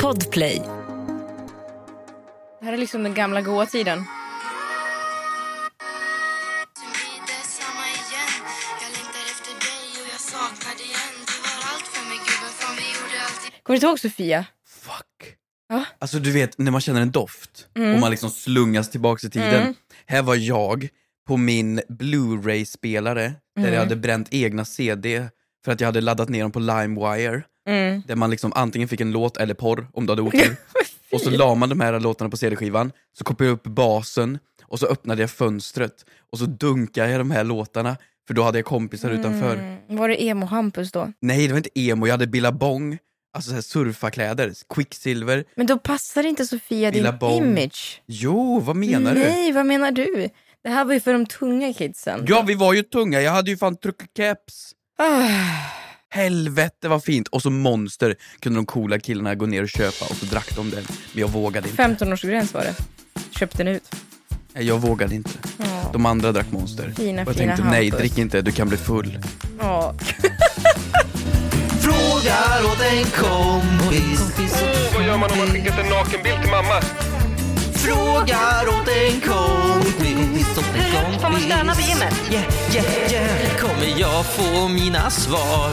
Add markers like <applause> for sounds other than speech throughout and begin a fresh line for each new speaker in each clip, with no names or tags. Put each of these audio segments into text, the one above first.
Podplay.
Det här är liksom den gamla goa tiden. Kommer du ihåg Sofia?
Fuck.
Ja.
Alltså du vet när man känner en doft
Mm.
och man liksom slungas tillbaks i tiden.
Mm.
Här var jag på min blu-ray-spelare där
Mm.
jag hade bränt egna CD för att jag hade laddat ner dem på LimeWire.
Mm.
Där man liksom antingen fick en låt eller porr om du
<laughs>
hade otur. och så la man de här låtarna på CD-skivan, så kopierade jag upp basen och så öppnade jag fönstret och så dunkade jag de här låtarna för då hade jag kompisar utanför.
Mm. Var det emo-Hampus då?
Nej det var inte emo, jag hade Billabong, alltså så här surfarkläder, Quicksilver.
Men då passar inte Sofia din
Lilla Bong.
image.
Jo, vad menar du?
Nej, vad menar du? Det här var ju för de tunga kidsen.
Ja, vi var ju tunga. Jag hade ju fan truckit caps.
Ah.
Helvete vad fint. Och så monster kunde de coola killarna gå ner och köpa och så drack de den. Men jag vågade inte.
15-årsgräns var det. Köpte den ut.
Nej, jag vågade inte.
Ja.
De andra drack monster.
Fina,
och jag
fina
tänkte, nej
Hampus."
drick inte, du kan bli full.
Ja.
Frågar åt en kompis.
Vad gör man om man skickat en nakenbild till mamma?
Frågar åt en kompis. Åt en kompis. Får man stöna på gymmet? Yeah, yeah, yeah. Kommer jag få mina svar?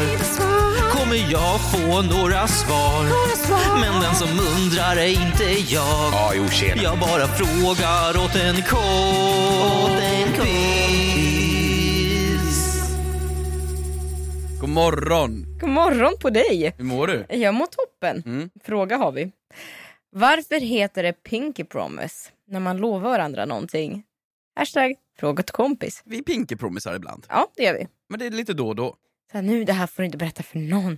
Kommer jag få några svar? Men den som undrar är inte jag.
Ja, jo tjena.
Jag bara frågar åt en kompis.
God morgon!
God morgon på dig!
Hur mår du?
Jag mår toppen.
Mm.
Fråga har vi. Varför heter det Pinky Promise när man lovar varandra någonting? Hashtag fråga till kompis.
Vi är pinkepromisar ibland.
Ja, det gör vi.
Men det är lite då och då. <laughs>
Så här, nu det här får du inte berätta för någon.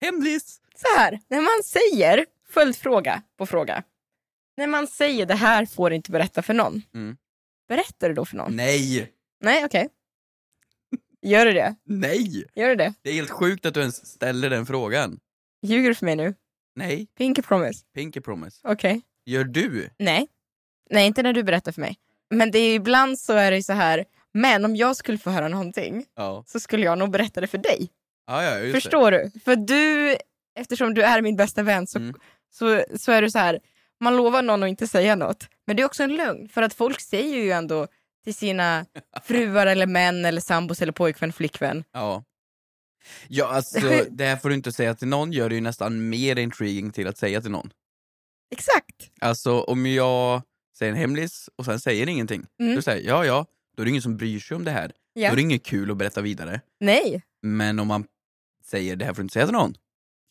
Hemlis!
Så här, när man säger följdfråga på fråga. När man säger det här får du inte berätta för någon.
Mm.
Berättar du då för någon?
Nej!
Nej, okej. Gör du det?
Nej!
Gör du det?
Det är helt sjukt att du ens ställer den frågan.
Ljuger du för mig nu?
Nej,
Pinky Promise.
pinkepromis.
Okej.
Gör du?
Nej. Nej, inte när du berättar för mig. Men det är ibland så är det ju så här, men om jag skulle få höra någonting
Ja.
så skulle jag nog berätta det för dig.
Ja, ja, just det.
Förstår du? För du, eftersom du är min bästa vän så,
Mm.
så, så är du så här, man lovar någon att inte säga något. Men det är också en lögn, för att folk säger ju ändå till sina fruar eller män eller sambos eller pojkvän, flickvän.
Ja. Ja, alltså
<laughs>
det här får du inte säga till någon gör det ju nästan mer intriguing till att säga till någon.
Exakt!
Alltså om jag säger en hemlis och sen säger ingenting,
Mm.
då säger jag ja, ja, då är det ingen som bryr sig om det här.
Ja.
Då är det inget kul att berätta vidare.
Nej,
Men om man säger det här får du inte säga till någon,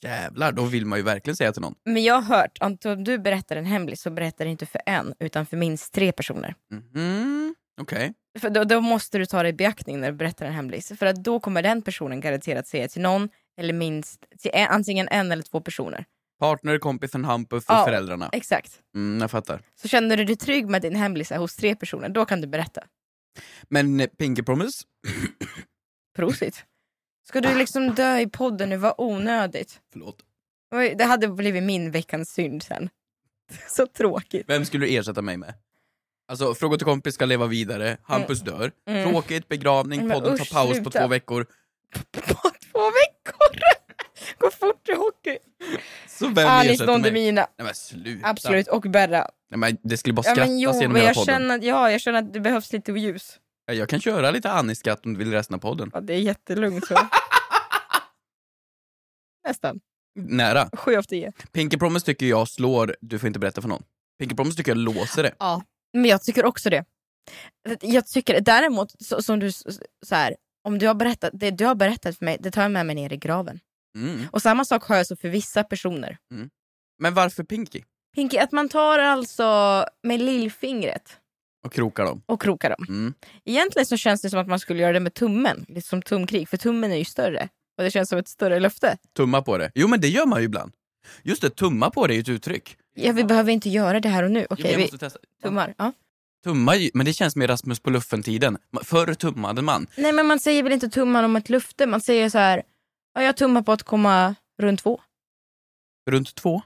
jävlar, då vill man ju verkligen säga till någon.
men jag har hört att om du berättar en hemlis så berättar du inte för en utan för minst tre personer.
Mhm, Okej,
För då, då måste du ta det i beaktning när du berättar en hemlis. För att då kommer den personen garanterat säga till någon eller minst till en, antingen en eller två personer.
partner, kompisen, Hampus och
Ja.
föräldrarna.
Exakt.
Mm, jag fattar.
Så känner du dig trygg med din hemlis är hos tre personer, då kan du berätta.
Men eh, Pinky Promise,
Prosit. Ska du liksom dö i podden nu? Vad onödigt.
förlåt,
Oj, Det hade blivit min veckans synd sen. <laughs> Så tråkigt.
vem skulle du ersätta mig med? Alltså, Fråga till kompis ska leva vidare, Hampus dör,
Mm.
tråkigt, begravning,
Men
podden
usch,
tar paus på
sluta.
två veckor.
På två veckor! Gå fort i hockey.
Så vem
Alice
ersätter
Don
mig? Nej
Demina,
men sluta.
absolut. Och Berra.
Nej, men det skulle bara
Ja,
skrattas
men jo,
genom
men
hela
jag,
podden.
känner, att- ja, jag känner att det behövs lite ljus.
Ja, Jag kan köra lite Annie-skratt om du vill resten av podden.
Ja, det är jättelugnt så.
<laughs>
Nästan.
Nära.
Sju av tio.
Pinky Promise tycker jag slår Du får inte berätta för någon. Pinky Promise tycker jag låser det.
Ja. Men jag tycker också det. Jag tycker däremot, så, som du s- så här, om du har berättat, det du har berättat för mig, det tar jag med mig ner i graven.
Mm.
Och samma sak har jag så för vissa personer.
Men varför Pinky?
Pinky, att man tar alltså med lillfingret
Och krokar dem.
och krokar dem.
Mm.
Egentligen så känns det som att man skulle göra det med tummen, lite som tumkrig, för tummen är ju större. Och det känns som ett större löfte.
Tumma på det. Jo men det gör man ju ibland. Just det, tumma på det är ju ett uttryck.
Ja, vi behöver inte göra det här och nu.
Jo, men
Okej,
jag
vi
måste testa.
tummar. Ja.
Tumma, ju- men det känns mer Rasmus på luffen-tiden. Ma- Förr tummade man.
Nej men man säger väl inte tumman om ett lufte, man säger så här, ja, jag tummar på att komma runt två.
Runt två.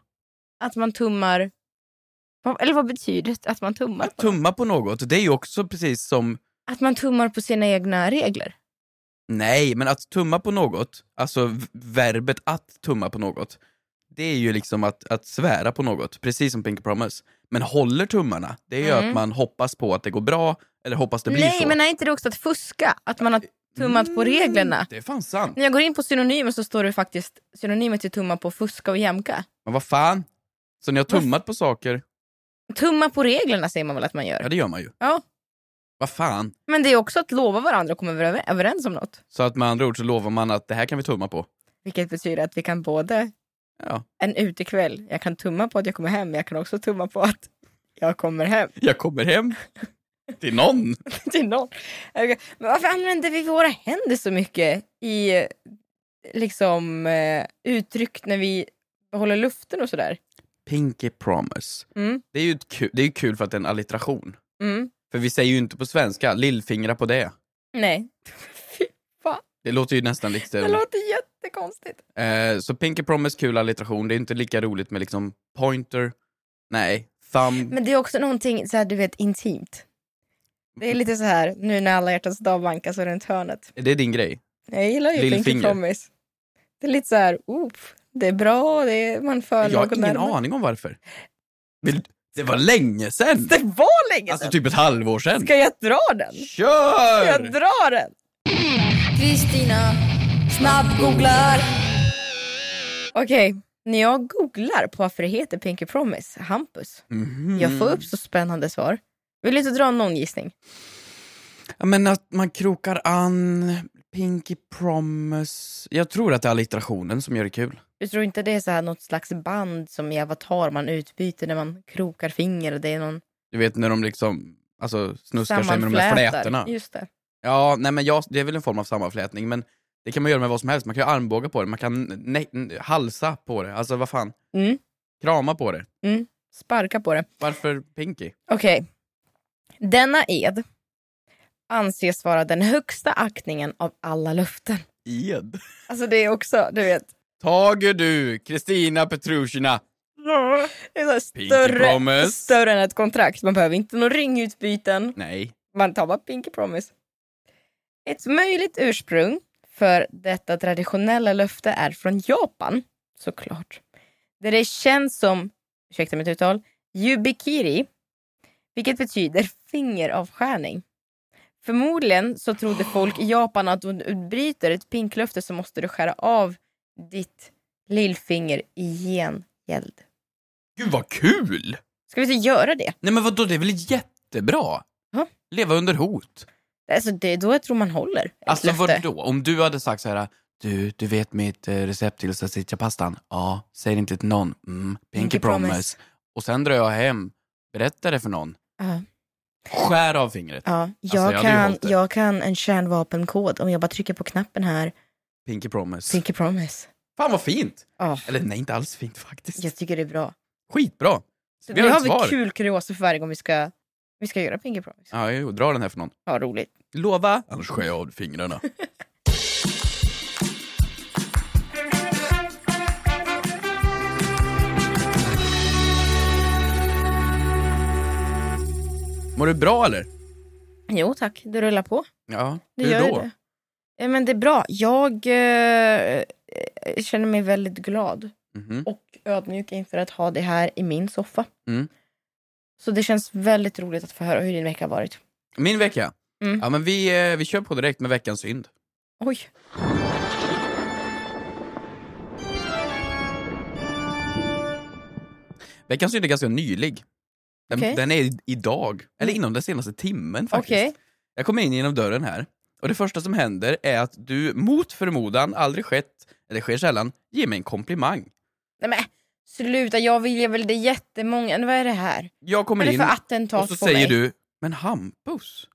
Att man tummar, vad- eller vad betyder det att man tummar?
Att
På? något?
tumma på något, det är ju också precis som
Att man tummar på sina egna regler.
Nej, men att tumma på något, alltså v- verbet att tumma på något, det är ju liksom att, att svära på något, precis som Pinky Promise. Men håller tummarna, det är ju
Mm.
att man hoppas på att det går bra, eller hoppas det blir
Nej
så.
men är inte det också att fuska? Att man har tummat på
Mm,
reglerna?
Det är fan sant.
När jag går in på synonymer så står det faktiskt synonymer till tumma på fuska och jämka.
Men vad fan? Så ni har
Vad-
tummat på saker?
Tumma på reglerna säger man väl att man
Ja
gör?
det gör man ju.
Ja.
Vad fan?
Men det är också att lova varandra och komma över- överens om något.
Så att med andra ord så lovar man att det här kan vi tumma på.
Vilket betyder att vi kan både
Ja.
en utekväll, jag kan tumma på att jag kommer hem, men jag kan också tumma på att jag kommer hem
Jag
<laughs>
kommer hem till någon.
till någon. Men varför använder vi våra händer så mycket i eh, liksom eh, uttryck när vi håller luften och sådär?
Pinky Promise.
Mm.
Det är ju ett kul, det är ju kul för att det är en allitteration.
Mm.
För vi säger ju inte på svenska, lillfingrar på det.
Nej. Fy,
Det låter ju nästan
<laughs>
lite
det
stelt.
låter jättekonstigt.
Eh, så Pinky Promise, kul allitteration. Det är inte lika roligt med liksom pointer, nej, thumb.
Men det är också någonting så här, du vet, intimt. Det
Mm.
är lite så här, nu när alla hjärtans dag vankas och runt hörnet.
Det är din grej.
Jag gillar ju
Lillfinger.
Pinky Promise. Det är lite så här, oof, det är bra, det är, man för
Jag har
något
ingen
närmare.
aning om varför. Vill, det var länge sen!
Det var länge
Alltså
sedan!
typ ett halvår sen.
Ska jag dra den? Jag
Kör!
drar den! Kristina snabbgooglar. Okej, när jag googlar på varför det heter Pinky Promise, Hampus,
Mhm.
jag får upp så spännande svar. Vill du inte dra någon gissning?
Ja, men att man krokar an, Pinky Promise. Jag tror att det är allitterationen som gör det kul.
Du tror inte det är så här något slags band som i Avatar man utbyter när man krokar finger? Det är någon
Du vet när de liksom alltså, snuskar sig med de där flätorna.
sammanflätar. Just det.
Ja, nej men jag, det är väl en form av sammanflätning, men det kan man göra med vad som helst. Man kan göra armbågar på det, man kan ne- n- halsa på det, alltså vad fan.
Mm.
Krama på det.
Sparka på det.
Varför Pinky?
Okej. Denna ed anses vara den högsta aktningen av alla löften.
Ed.
Alltså det är också, du vet.
Tager du Kristina Petrushina.
Det är så här
Pinky
större,
promise.
större än ett kontrakt. Man behöver inte några ringutbyten.
Nej.
Man tar bara Pinky Promise. Ett möjligt ursprung för detta traditionella löfte är från Japan, såklart. Där det känns som, ursäkta mitt uttal, yubikiri, vilket betyder fingeravskärning. Förmodligen så trodde folk i Japan att om du bryter ett pinklöfte så måste du skära av ditt lillfinger i gengäld.
Gud vad kul!
Ska vi inte göra det?
Nej men vadå, det är väl jättebra?
Ja.
Leva under hot.
Alltså det är då jag tror man håller ett
Alltså
löfte.
vadå? Om du hade sagt så här, du, du vet mitt eh, recept till salsichapastan? Ja, säg det inte till någon. Mm, pinky,
Pinky
promise.
promise.
Och sen drar jag hem, berättar det för någon.
Ja.
Skär av fingret.
Ja,
Alltså, jag
jag,
hade ju
kan,
hållit det.
jag kan en kärnvapenkod om jag bara trycker på knappen här.
Pinky promise.
Pinky promise.
Fan vad fint!
Ja,
Eller nej, inte alls fint faktiskt.
jag tycker det är bra.
Skitbra!
Så nu
Vi har
har
ett svar.
vi kul kuriosa för varje gång vi ska, vi ska göra Pinky promise.
Ja, jo, dra den här för någon.
Ja, roligt.
Lova! Annars skär jag av fingrarna. Mår du bra eller?
Jo tack, du rullar på.
Ja,
Det
hur
gör ju
då?
Det. Ja, men det är bra. Jag eh, eh, känner mig väldigt glad
Mhm.
och ödmjuk inför att ha det här i min soffa.
Mm.
Så det känns väldigt roligt att få höra hur din vecka har varit.
Min vecka?
Mm.
Ja, men vi, eh, vi kör på direkt med veckans synd.
Oj.
Veckans synd är ganska nylig. Den,
Okej.
den är i- idag, eller inom den senaste timmen faktiskt.
Okej.
Jag kommer in genom dörren här och det första som händer är att du mot förmodan, aldrig skett, eller sker sällan, ger mig en komplimang.
Nej men sluta, jag vill ge väl det jättemånga. Men Vad är det här?
Jag kommer
Vad är det
in
för attentat
och
på
så
mig?
säger du, men Hampus,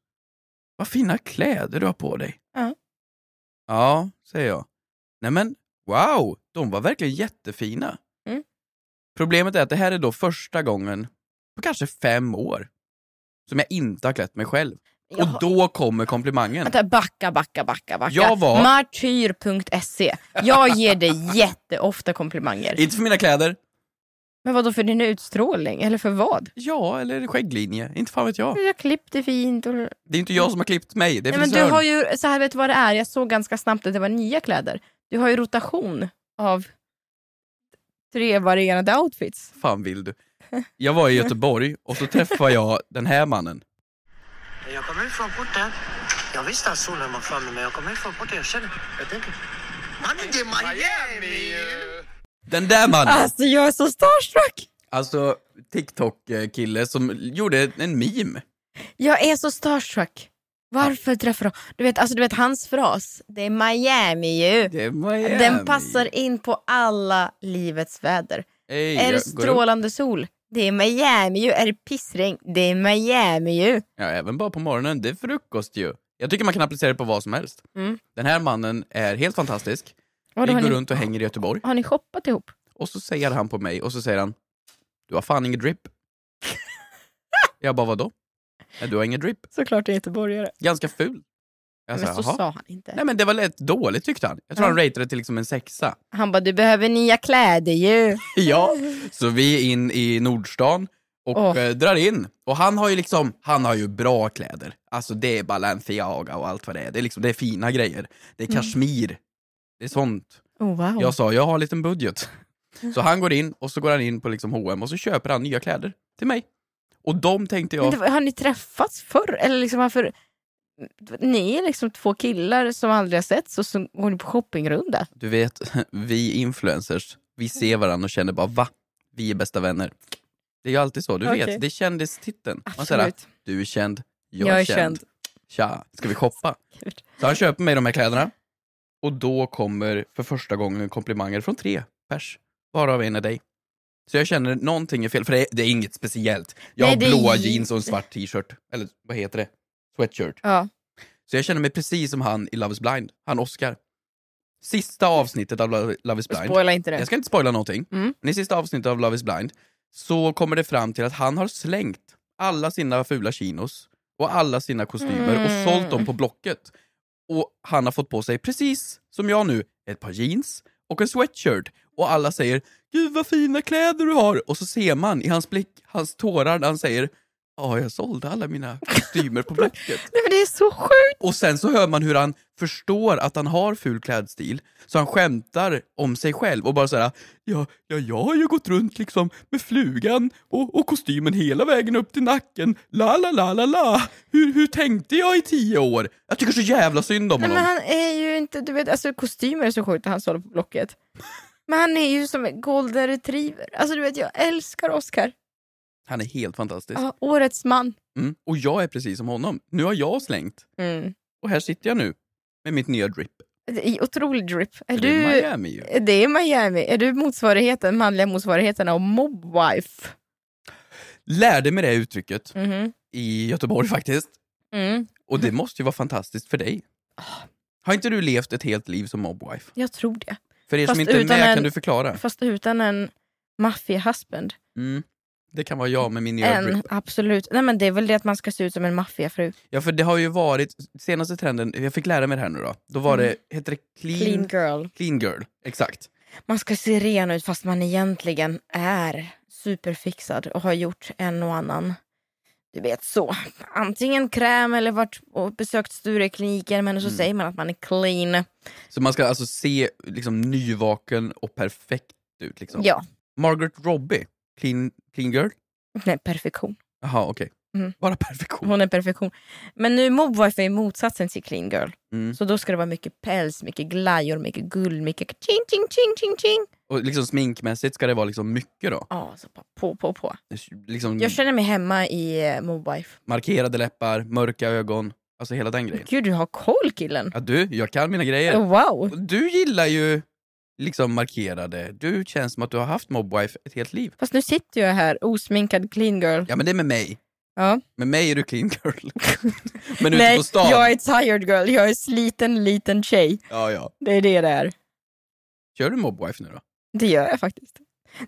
vad fina kläder du har på dig.
Ja.
Ja, säger jag. Nej men wow, de var verkligen jättefina.
Mm.
Problemet är att det här är då första gången på kanske fem år som jag inte har klätt mig själv.
Jag
Och då kommer komplimangen.
Vänta, backa, backa, backa. backa.
Jag var-
Martyr.se. Jag ger
<laughs>
dig jätteofta komplimanger.
Inte för mina kläder,
Men vad då för din utstrålning? Eller för vad?
ja, eller skägglinje, inte fan vet jag.
Du har klippt dig fint. Och... Nej,
Det är inte jag som har klippt mig, det är
men du
frisören.
har ju, så här vet du vad det är? Jag såg ganska snabbt att det var nya kläder. Du har ju rotation av tre varierande outfits.
fan vill du? Jag var i Göteborg och så träffade jag den här mannen.
Jag kommer ifrån porten. Jag visste att solen var framme, men jag kommer ifrån porten. Jag känner... Jag tänker... Mannen, det är Miami!
Den där mannen!
Alltså jag är så starstruck!
Alltså TikTok-kille som gjorde en meme.
Jag är så starstruck. Varför träffar de? Du vet, alltså, du vet hans fras, det är Miami ju.
Det är Miami.
Den passar in på alla livets väder.
Ey,
Är det
jag går upp.
strålande sol? Det är Miami ju. Är det pissregn? Det är Miami ju.
Ja, även bara på morgonen. Det är frukost ju. Jag tycker man kan applicera det på vad som helst.
Mm.
Den här mannen är helt fantastisk. Vi
Vadå,
går
har, ni,
runt och hänger i Göteborg.
har ni shoppat ihop?
Och så säger han på mig och så säger han Du har fan
<laughs>
ingen drip. jag bara vadå? Nej, du har ingen drip.
Såklart är göteborgare.
Ganska ful. Jag
Men så
Alltså, "Jaha."
sa han inte.
Nej men det var lätt dåligt tyckte han. Jag tror
Ja.
han ratade det till liksom en sexa. <laughs>
Han bara, du behöver nya kläder ju.
Ja, så vi är in i Nordstan och
Åh.
eh, drar in. Och han har ju liksom, han har ju bra kläder. Alltså det är Balenciaga och allt vad det är. Det är, liksom, det är fina grejer. Det
Mm.
är kashmir. Det är sånt.
Oh, wow.
Jag sa, jag har en liten budget. Så han går in och så går han in på liksom H&M och så köper han nya kläder till mig. Och de tänkte
Men
jag,
det, var- har ni träffats förr? Eller liksom varför? Ni är liksom två killar som aldrig har setts och så går ni på shoppingrunda.
du vet, <laughs> vi influencers, vi ser varandra och känner bara va? Vi är bästa vänner. Det är ju alltid så, du
Okej.
vet. Det är kändistiteln. Man säger,
Absolut.
du är känd, jag, är känd. Tja, ska vi shoppa?
Gud.
Så han köper mig de här kläderna. Och då kommer för första gången komplimanger från tre pers. Varav en är dig. Så jag känner någonting är fel, för det är, det är inget speciellt. Jag
Nej,
har
det är
blåa
je-
jeans och en svart t-shirt. Eller vad heter det? Sweatshirt.
Ja.
Så jag känner mig precis som han i Love is blind. Han Oscar. Sista avsnittet av Lo- Love is blind.
Spoila inte det.
Jag ska inte spoila någonting.
Mm.
Men i sista avsnittet av Love is blind så kommer det fram till att han har slängt alla sina fula chinos och alla sina kostymer
Mm.
och sålt dem på Blocket. Och han har fått på sig, precis som jag nu, ett par jeans och en sweatshirt. Och alla säger “Gud vad fina kläder du har!” Och så ser man i hans blick, hans tårar, när han säger “Ja, jag sålde alla mina
<laughs>
kostymer på Blocket”.
Nej, men det är så sjukt!
Och sen så hör man hur han förstår att han har ful klädstil, så han skämtar om sig själv och bara såhär ja, ja, jag har ju gått runt liksom med flugan och, och kostymen hela vägen upp till nacken, la la la la la, hur, hur tänkte jag i tio år? Jag tycker så jävla synd om
Nej, men
honom.
han är ju inte, du vet, alltså kostymer är så sjukt när han sålde på Blocket. Men han är ju som en golden retriever. Alltså du vet, jag älskar Oscar.
Han är helt fantastisk.
Ja, årets man.
Mm. Och jag är precis som honom. Nu har jag slängt,
Mm.
och här sitter jag nu med mitt nya drip.
Det är Otrolig drip. Är
För Det är
du,
Miami ju.
det är Miami. Är du motsvarigheten, manliga motsvarigheten av mobwife?
Lärde mig det uttrycket
Mhm.
i Göteborg faktiskt.
Mm.
Och det måste ju vara fantastiskt för dig. Har inte du levt ett helt liv som mobwife?
Jag tror det.
För er
Fast
som inte är
utan
med
en-
kan du förklara.
Fast utan en maffia-husband.
Mm. Det kan vara jag med min nya
En,
drip.
absolut. Nej men det är väl det att man ska se ut som en maffiafru.
Ja för det har ju varit, senaste trenden, jag fick lära mig det här nu då. Då var
Mm.
det, heter det clean,
Clean
clean.
girl.
girl? Exakt.
Man ska se ren ut fast man egentligen är superfixad och har gjort en och annan. Du vet så. Antingen kräm eller varit och besökt Sturekliniker men så
Mm.
säger man att man är clean.
Så man ska alltså se liksom nyvaken och perfekt ut liksom.
Ja.
Margaret Robbie, clean, clean girl?
Nej, perfektion.
Jaha okej.
Mm.
Bara perfektion.
Hon är perfektion. Men nu mobwife är motsatsen till clean girl.
Mm.
Så då ska det vara mycket päls, mycket glajjor, mycket guld, mycket ching ching ching ching ching.
Och liksom sminkmässigt ska det vara liksom mycket då.
Ja, så bara på, på, på. Mm.
Liksom
Jag känner mig hemma i eh, Mobife.
markerade läppar, mörka ögon, alltså hela den grejen.
Gud, du har koll killen!
Ja, du, jag kan mina grejer.
Oh, wow!
Och Du gillar ju liksom markerade. Du känns som att du har haft mobwife ett helt liv.
Fast nu sitter jag här osminkad clean girl.
Ja men det är med mig.
Ja.
Med mig är du clean
<laughs>
girl. men ute
Nej,
på stan.
jag är tired girl. Jag är sliten liten tjej.
Ja, ja.
Det är det det är.
Kör du mobwife nu då?
Det gör jag faktiskt.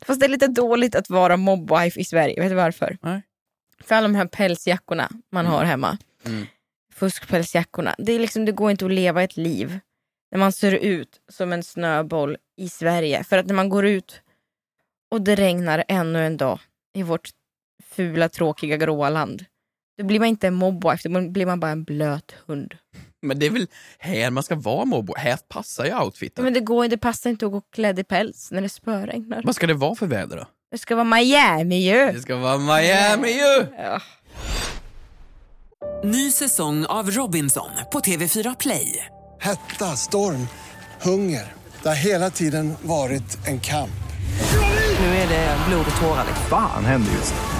Fast det är lite dåligt att vara mobwife i Sverige. Vet du varför?
Nej.
För alla de här pälsjackorna man
Mm.
har hemma.
Mm.
Fuskpälsjackorna. Det, är liksom, det går inte att leva ett liv när man ser ut som en snöboll i Sverige. För att när man går ut och det regnar ännu en dag i vårt fula, tråkiga, gråa land. Då blir man inte en mobwife, då blir man bara en blöt hund.
Men det är väl här man ska vara morbror? Här passar ju outfiten.
Men det, går, ju- det passar inte att gå klädd i päls när det spöregnar.
Vad ska det vara för väder då?
Det ska vara Miami ju.
Det ska vara Miami ju!
Ja.
Ny säsong av Robinson på TV4 Play.
Hetta, storm, hunger. Det har hela tiden varit en kamp.
Nu är det blod och tårar. liksom.
Fan händer just nu.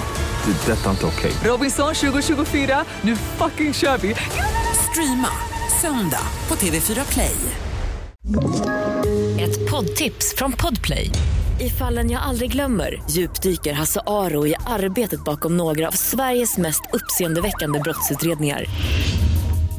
Det. är Detta är inte okej.
Robinson 2024, nu fucking kör vi! Streama söndag på TV4 Play.
Ett poddtips från Podplay. I fallen jag aldrig glömmer djupdyker Hasse Aro i arbetet bakom några av Sveriges mest uppseendeväckande brottsutredningar.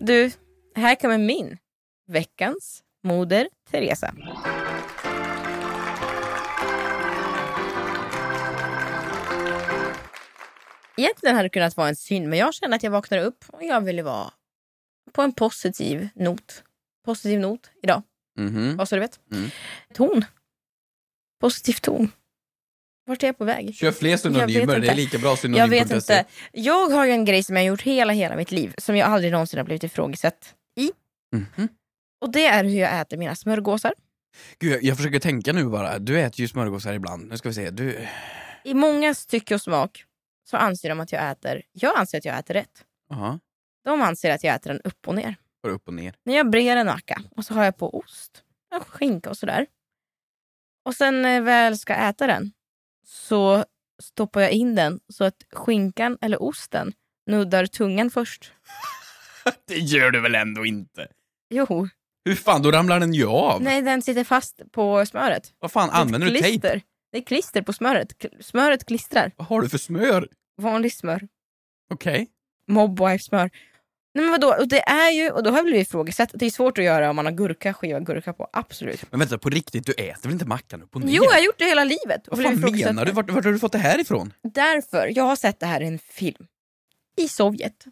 Du, här kommer min. Veckans moder Teresa. Egentligen hade det kunnat vara en synd men jag kände att jag vaknade upp och jag ville vara på en positiv not. Positiv not idag.
Mhm.
Vad så du vet.
Mm.
Ton. Positiv ton. Vart är jag på väg?
Kör fler
Jag vet
synonymer, det
inte.
är lika bra synonymer.
Jag vet
E.
inte. Jag har ju en grej som jag har gjort hela, hela mitt liv som jag aldrig någonsin har blivit ifrågasatt i.
E. Mhm.
Och det är hur jag äter mina smörgåsar.
Gud, jag, jag försöker tänka nu bara. Du äter ju smörgåsar ibland. Nu ska vi se. Du...
I många tycke och smak så anser de att jag äter, jag anser att jag äter rätt.
Aha.
De anser att jag äter den upp och ner.
Bara upp och ner.
När jag brer en macka och så har jag på ost, en skinka och sådär. Och sen när jag väl ska äta den så stoppar jag in den så att skinkan eller osten nuddar tungan först.
Det gör du väl ändå inte?
Jo,
Hur fan, då ramlar den ju av.
nej den sitter fast på smöret.
Vad fan,
Det är ett
använder du
klister.
tejp?
Det är klister på smöret. K- Smöret klistrar.
Vad har du för smör?
Vanligt smör.
Okej.
Mobwife-smör. Nej men vadå, och det är ju, och då har jag blivit ifrågasatt. Det är svårt att göra om man har gurka, skiva gurka på. Absolut.
Men vänta, på riktigt, du äter väl inte mackan upp och ner?
Jo, jag har gjort det hela livet. och
Vad
blivit
fan
ifrågasatt.
menar du? Vart, vart har du fått det här ifrån?
Därför, jag har sett det här i en film. I Sovjet.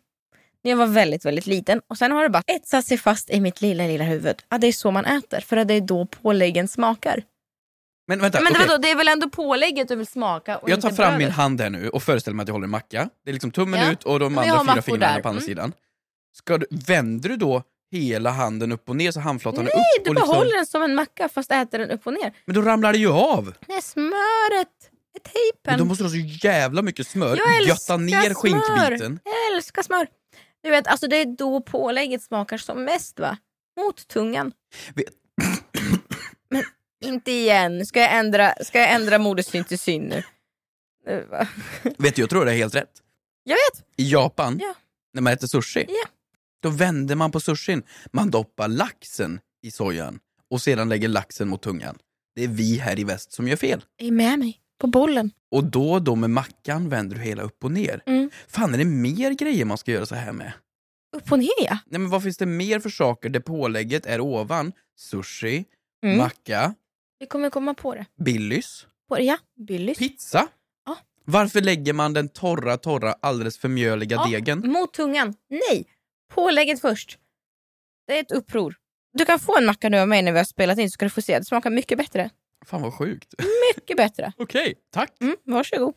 När jag var väldigt, väldigt liten. Och sen har det bara etsat sig fast i mitt lilla, lilla huvud. Ja, det är så man äter. För att det är då påläggen smakar.
Men vänta,
men
okej.
vadå, det är väl ändå pålägget du vill smaka? Och
Jag
inte
tar fram
brödet.
min hand här nu och föreställer mig att jag håller en macka. Det är liksom tummen
Ja.
ut och de
Men jag har
andra fyra
mackor
fingrarna
där.
på andra
Mm.
sidan. Ska du, vänder du då hela handen upp och ner så handflatan är upp?
Nej, du
och
bara
liksom,
håller den som en macka fast äter den upp och ner.
Men då ramlar det ju av!
Nej, smöret!
Men
Tejpen!
då måste du ha så jävla mycket smör.
Jag älskar
Götta ner
smör.
skinkbiten.
Jag älskar smör! Du vet, alltså det är då pålägget smakar som mest va? Mot tungan.
Vet-
Men inte igen. Ska jag ändra, ska jag ändra modesyn till syn nu? Nu, va?
Vet du, jag tror det är helt rätt.
Jag vet!
I Japan,
Ja.
när man äter sushi,
Ja.
då vänder man på sushin. Man doppar laxen i sojan och sedan lägger laxen mot tungan. Det är vi här i väst som gör fel.
Jag är med mig. På bollen.
Och då och då med mackan vänder du hela upp och ner.
Mm.
Fan, är det mer grejer man ska göra så här med?
Upp och ner ja.
Nej men vad finns det mer för saker där pålägget är ovan? Sushi,
Mm.
macka,
Vi kommer komma på det.
Billys,
På det ja. Billys.
pizza.
Ja.
Varför lägger man den torra, torra, alldeles för mjöliga
Ja,
degen?
Mot tungan. Nej! Pålägget först. Det är ett uppror. Du kan få en macka nu av mig när vi har spelat in så ska du få se. Det smakar mycket bättre.
Fan vad sjukt.
Mycket bättre.
Okej, tack.
Mm, varsågod.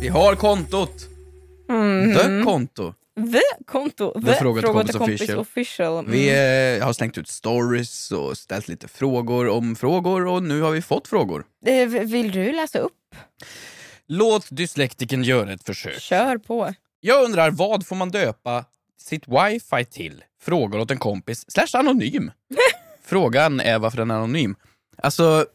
Vi har kontot!
Mm-hmm.
The konto.
The konto. The,
fråga till kompis official.
official. Mm.
Vi eh, har slängt ut stories och ställt lite frågor om frågor och nu har vi fått frågor.
Eh, v- Vill du läsa upp?
Låt dyslektiken göra ett försök.
Kör på.
Jag undrar vad får man döpa sitt wifi till? Frågar åt en kompis. Slash anonym.
<laughs>
Frågan är varför den är anonym. Alltså,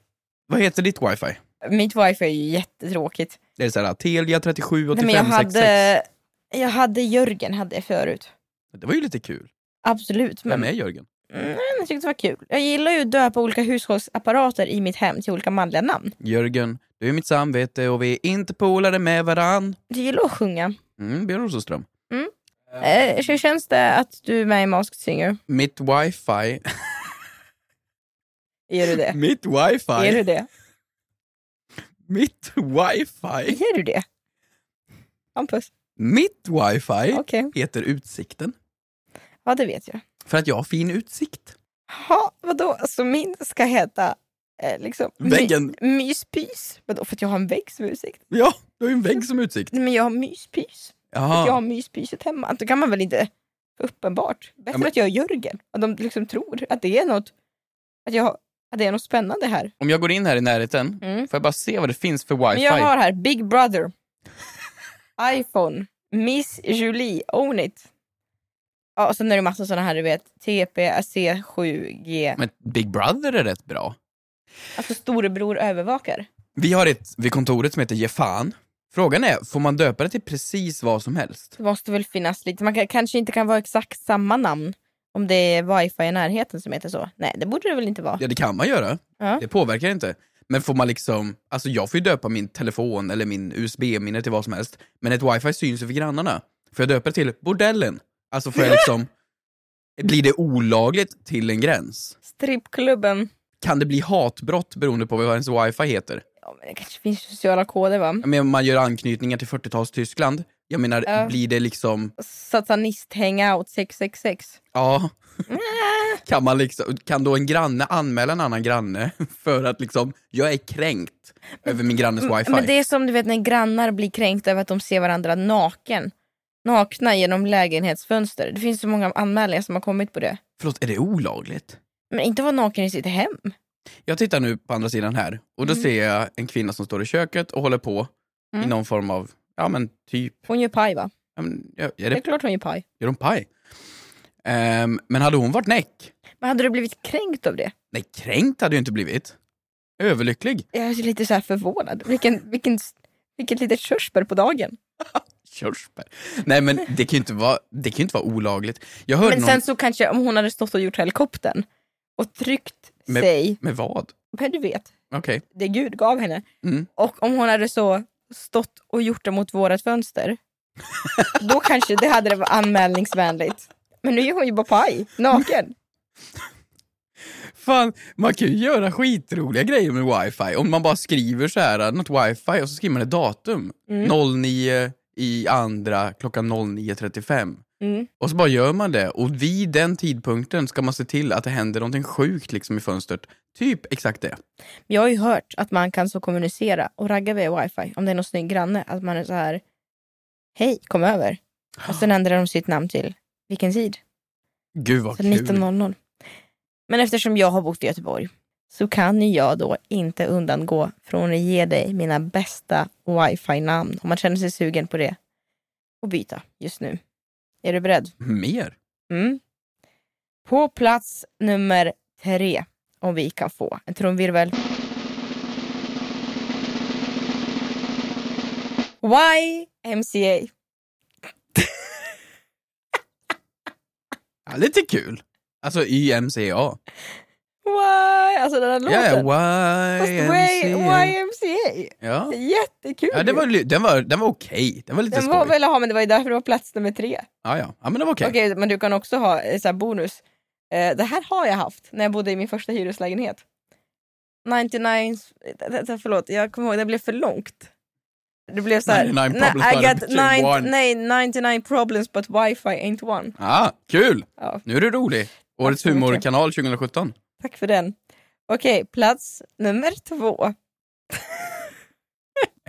vad heter ditt wifi?
Mitt wifi är ju jättetråkigt.
Det är såhär Telia 37
Nej, men jag,
8566.
hade, jag hade Jörgen hade jag förut.
Det var ju lite kul.
Absolut.
Vem
Men
är Jörgen?
Mm, jag tyckte det var kul. Jag gillar ju att döpa olika hushållsapparater i mitt hem till olika manliga namn.
Jörgen, du är mitt samvete och vi är inte polare med varann.
Jag gillar att sjunga.
Mm, Björn Rosenström.
Mm. Eh, hur känns det att du är med i Masked Singer?
Mitt wifi. <laughs>
Är du det?
Mitt wifi.
Är du det?
Mitt <laughs> wifi.
Är du det? Hampus?
Mitt wifi
Okej.
heter Utsikten.
Ja, det vet jag.
För att jag har fin utsikt.
Ha, vadå? Så min ska heta eh, liksom, my-
Väggen.
myspys? Vadå, för att jag har en vägg som utsikt?
Ja, du har ju en vägg som utsikt.
Nej, men jag har myspys. För att jag har
Jaha.
myspyset hemma. Då kan man väl inte... Uppenbart. Bättre
Ja, men-
att jag är Jörgen. Och de liksom tror att det är något, att jag, har- att det är något spännande här.
Om jag går in här i närheten,
Mm.
får jag bara se vad det finns för wifi?
Men jag har här Big Brother, iPhone, Miss Julie, Own It. Ja, och sen är det massa sådana här du vet, TPC 7G.
Men Big Brother är rätt bra.
Alltså storebror övervakar.
Vi har ett vid kontoret som heter Jefan. Frågan är, får man döpa det till precis vad som helst?
Det måste väl finnas lite, man kan, kanske inte kan vara exakt samma namn om det är wifi i närheten som heter så. Nej, det borde det väl inte vara.
Ja, det kan man göra.
Ja.
Det påverkar inte. Men får man liksom, alltså jag får ju döpa min telefon eller min USB-minne till vad som helst. Men ett wifi syns ju för grannarna. Får jag döpa det till bordellen? Alltså får
<laughs>
jag liksom, blir det olagligt till en gräns?
Strippklubben.
Kan det bli hatbrott beroende på vad ens wifi heter?
Ja, men det kanske finns sociala koder va?
Jag menar, man gör anknytningar till 40-tals Tyskland. Jag menar,
Ja.
blir
<laughs>
det liksom,
Satanist hangout 666.
ja. Kan, man liksom, kan då en granne anmäla en annan granne <laughs> för att liksom, jag är kränkt över min grannes wifi?
Men det är som du vet när grannar blir kränkta över att de ser varandra naken. Nakna genom lägenhetsfönster. Det finns så många anmälningar som har kommit på det.
Förlåt, är det olagligt?
Men inte vara naken i sitt hem.
Jag tittar nu på andra sidan här och då
Mm.
ser jag en kvinna som står i köket och håller på
Mm.
i någon form av, ja men typ,
Hon gör paj va?
ja, men, ja,
Det
är,
är,
det,
klart hon gör paj.
gör hon paj? Ehm, men hade hon varit näck?
Men hade du blivit kränkt av det?
Nej, kränkt hade jag inte blivit. Överlycklig.
Jag är lite så här förvånad. Vilken, vilken, vilket litet körsbär på dagen.
Körsbär. Nej men det kan ju inte vara, det kan ju inte vara olagligt. Jag hörde
Men sen
någon,
så kanske om hon hade stått och gjort helikoptern och tryckt
Med-
sig.
med vad?
Men du vet,
Okej.
det Gud gav henne.
Mm.
Och om hon hade så stått och gjort det mot vårat fönster, då kanske det hade det varit anmälningsvänligt. Men nu är hon ju bara paj, naken.
Fan, man kan ju göra skitroliga grejer med wifi. Om man bara skriver så här, något wifi och så skriver man ett datum.
Mm.
09 i andra klockan 09.35.
Mm.
Och så bara gör man det. Och vid den tidpunkten ska man se till att det händer någonting sjukt liksom i fönstret. Typ exakt det.
Jag har ju hört att man kan så kommunicera och ragga via wifi om det är någon snygg granne. Att man är så här, hej kom över. Och
Ah.
sen ändrar de sitt namn till vilken tid?
Gud vad
Så
kul.
19.00. Men eftersom jag har bott i Göteborg så kan ju jag då inte undangå från att ge dig mina bästa wifi-namn om man känner sig sugen på det. Och byta just nu. Är du beredd?
Mer?
Mm. På plats nummer tre, om vi kan få en trumvirvel. YMCA.
Ja, lite kul. Alltså YMCA.
Why? Alltså den här
Ja,
låten.
yeah,
Fast way-
YMCA.
YMCA.
Ja.
Jättekul.
Ja, det var, li- den var, den var okej. Den var lite
Den
skoj.
var väl, ja, men det var ju därför det var plats nummer tre.
Ja, ja. ja, men den var okej.
Okej, men du kan också ha eh, så här bonus. Eh, det här har jag haft när jag bodde i min första hyreslägenhet. 99, eh, d- d- förlåt, jag kommer ihåg, det blev för långt. Det blev så här,
99 problems,
nej, I
but
got
ain't
nine,
one.
nej, 99 problems but wifi ain't one.
Ah, kul!
Ja.
Nu är du rolig. Årets
så mycket.
humorkanal 2017.
Tack för den. Okej, plats nummer två.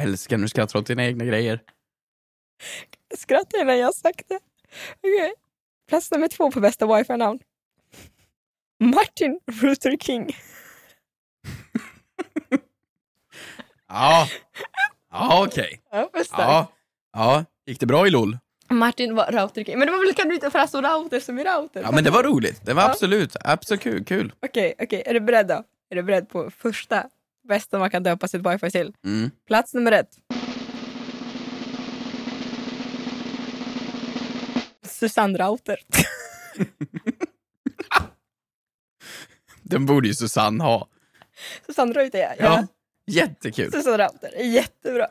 Älskar när du skrattar åt dina egna grejer.
Skrattar jag när jag har sagt det? Okej. Plats nummer två på bästa wifi-namn. <laughs> Martin Luther King.
Ja, ja okej.
Ja, vad starkt.
Ja. ja, gick det bra i LOL?
Martin var router king. Men det var väl kan du inte för alltså router som är router?
Ja, men det var roligt. Det var
Ja.
absolut, absolut kul. kul.
Okej, okej. Är du beredd då? Är du beredd på första bästa man kan döpa sitt wifi till?
Mm.
Plats nummer ett. Susanne Router.
Den borde ju Susanne ha.
<laughs> Susanne Reuter ja.
Ja, jättekul.
Susanne Reuter, jättebra.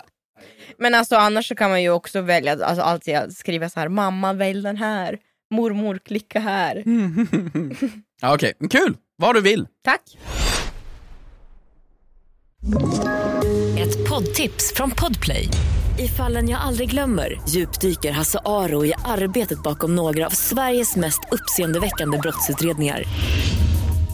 Men alltså annars så kan man ju också välja att alltså, alltid skriva så här, mamma välj den här, mormor klicka här.
Mm. Ja, Okej, men kul! Vad du vill.
Tack.
Ett poddtips från Podplay. I fallen jag aldrig glömmer djupdyker Hasse Aro i arbetet bakom några av Sveriges mest uppseendeväckande brottsutredningar.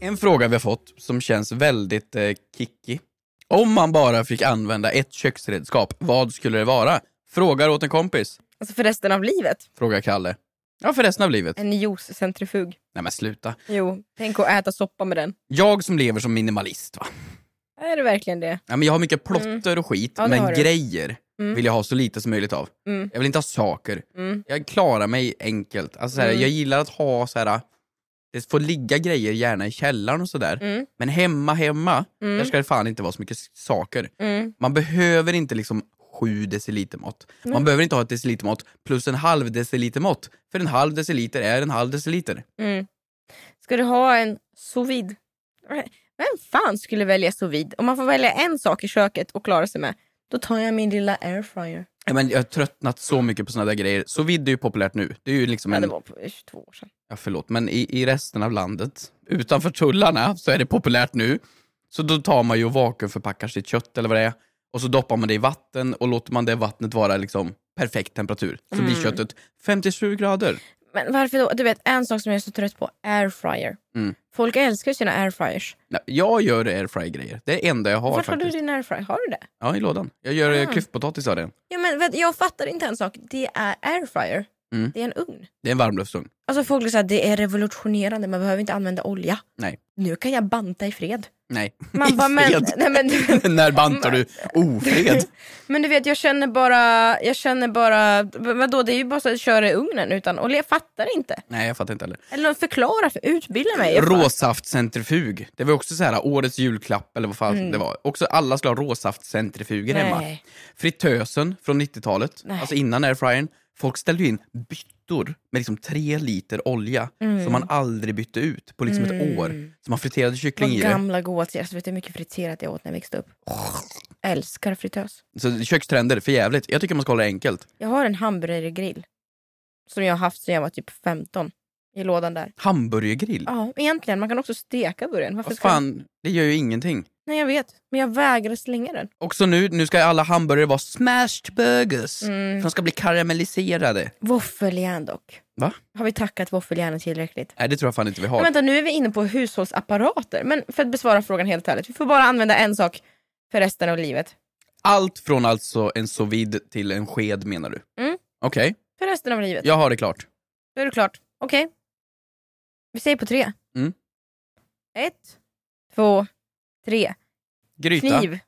En fråga vi har fått som känns väldigt eh, kickig. Om man bara fick använda ett köksredskap, vad skulle det vara? Frågar åt en kompis.
Alltså för resten av livet.
Frågar Kalle. Ja, för resten av livet.
En juicecentrifug.
Nej men sluta.
Jo, tänk att äta soppa med den.
Jag som lever som minimalist va.
Är det verkligen det?
Ja, men jag har mycket plotter och skit,
Mm. Ja, det har
men
du.
grejer
Mm.
vill jag ha så lite som möjligt av.
Mm.
Jag vill inte ha saker.
Mm.
Jag klarar mig enkelt. Alltså, så här,
Mm.
Jag gillar att ha så här. det får ligga grejer gärna i källaren och sådär.
Mm.
Men hemma, hemma,
Mm.
där ska det fan inte vara så mycket s- saker.
Mm.
Man behöver inte liksom sju deciliter mått.
Nej.
Man behöver inte ha ett deciliter mått plus en halv deciliter mått. För en halv deciliter är en halv deciliter.
Mm. Ska du ha en sous vide? Vem fan skulle välja sous vide? Om man får välja en sak i köket och klara sig med, då tar jag min lilla airfryer.
Ja, Men jag har tröttnat så mycket på såna där grejer. Så vid är ju populärt nu. Det är ju liksom
Ja,
en...
det var på 22 år sedan.
Ja, förlåt, men i, i resten av landet, utanför tullarna, så är det populärt nu. Så då tar man ju och vakuumförpackar sitt kött eller vad det är och så doppar man det i vatten och låter man det vattnet vara liksom perfekt temperatur. Så blir
Mm.
köttet 57 grader.
Men varför då? Du vet, en sak som jag är så trött på, airfryer.
Mm.
Folk älskar ju sina airfryers.
Nej, Jag gör airfry-grejer. Det är det enda jag har
Vart har du
faktiskt.
din airfryer? Har du det?
Ja, i lådan. Jag gör
Ah.
eh, klyftpotatis av den.
Ja, men vet, jag fattar inte en sak. Det är airfryer.
Mm.
Det är en ugn.
Det är en varmluftsugn.
Alltså folk säger att det är revolutionerande, man behöver inte använda olja.
Nej.
Nu kan jag banta i fred.
Nej.
Man
<laughs>
bara, men-
Fred.
nej, men du-
När
<laughs>
bantar du ofred?
Men du vet jag känner bara, jag känner bara, v- vadå det är ju bara så att köra i ugnen utan olja, jag fattar inte.
Nej, jag fattar inte heller.
Eller förklara, för, utbilda mig. Jag fattar.
Råsaftcentrifug. Det var också så här årets julklapp eller vad fan
Mm.
det var. Också alla skulle ha råsaftcentrifuger
Nej.
hemma. Fritösen från 90-talet,
Nej.
alltså innan airfryern. Folk ställde ju in byttor med liksom tre liter olja
Mm.
som man aldrig bytte ut på liksom
Mm.
ett år. Så man friterade kyckling
Vad
i det.
gamla goa tider, alltså, vet du hur mycket friterat jag åt när jag växte upp? Älskar fritös.
Så kökstrender, för jävligt. Jag tycker man ska hålla det enkelt.
Jag har en hamburgergrill. Som jag har haft sedan jag var typ 15. I lådan där.
Hamburgergrill?
Ja, egentligen. Man kan också steka burgaren. Varför
vad
ska-
fan, det gör ju ingenting.
Nej jag vet, men jag vägrar slänga den.
Också nu, nu ska alla hamburgare vara smashed burgers.
Mm.
För de ska bli karamelliserade.
Våffeljärn dock.
Va?
Har vi tackat våffeljärnen tillräckligt?
Nej, det tror jag fan inte vi har.
Men vänta, nu är vi inne på hushållsapparater. Men för att besvara frågan helt ärligt, vi får bara använda en sak för resten av livet.
Allt från alltså en sous vide till en sked menar du?
Mm.
Okej,
För resten av livet.
jag har det klart.
Då är det klart. Okej. Vi säger på tre.
Mm.
Ett, två, tre.
Gryta.
Kniv.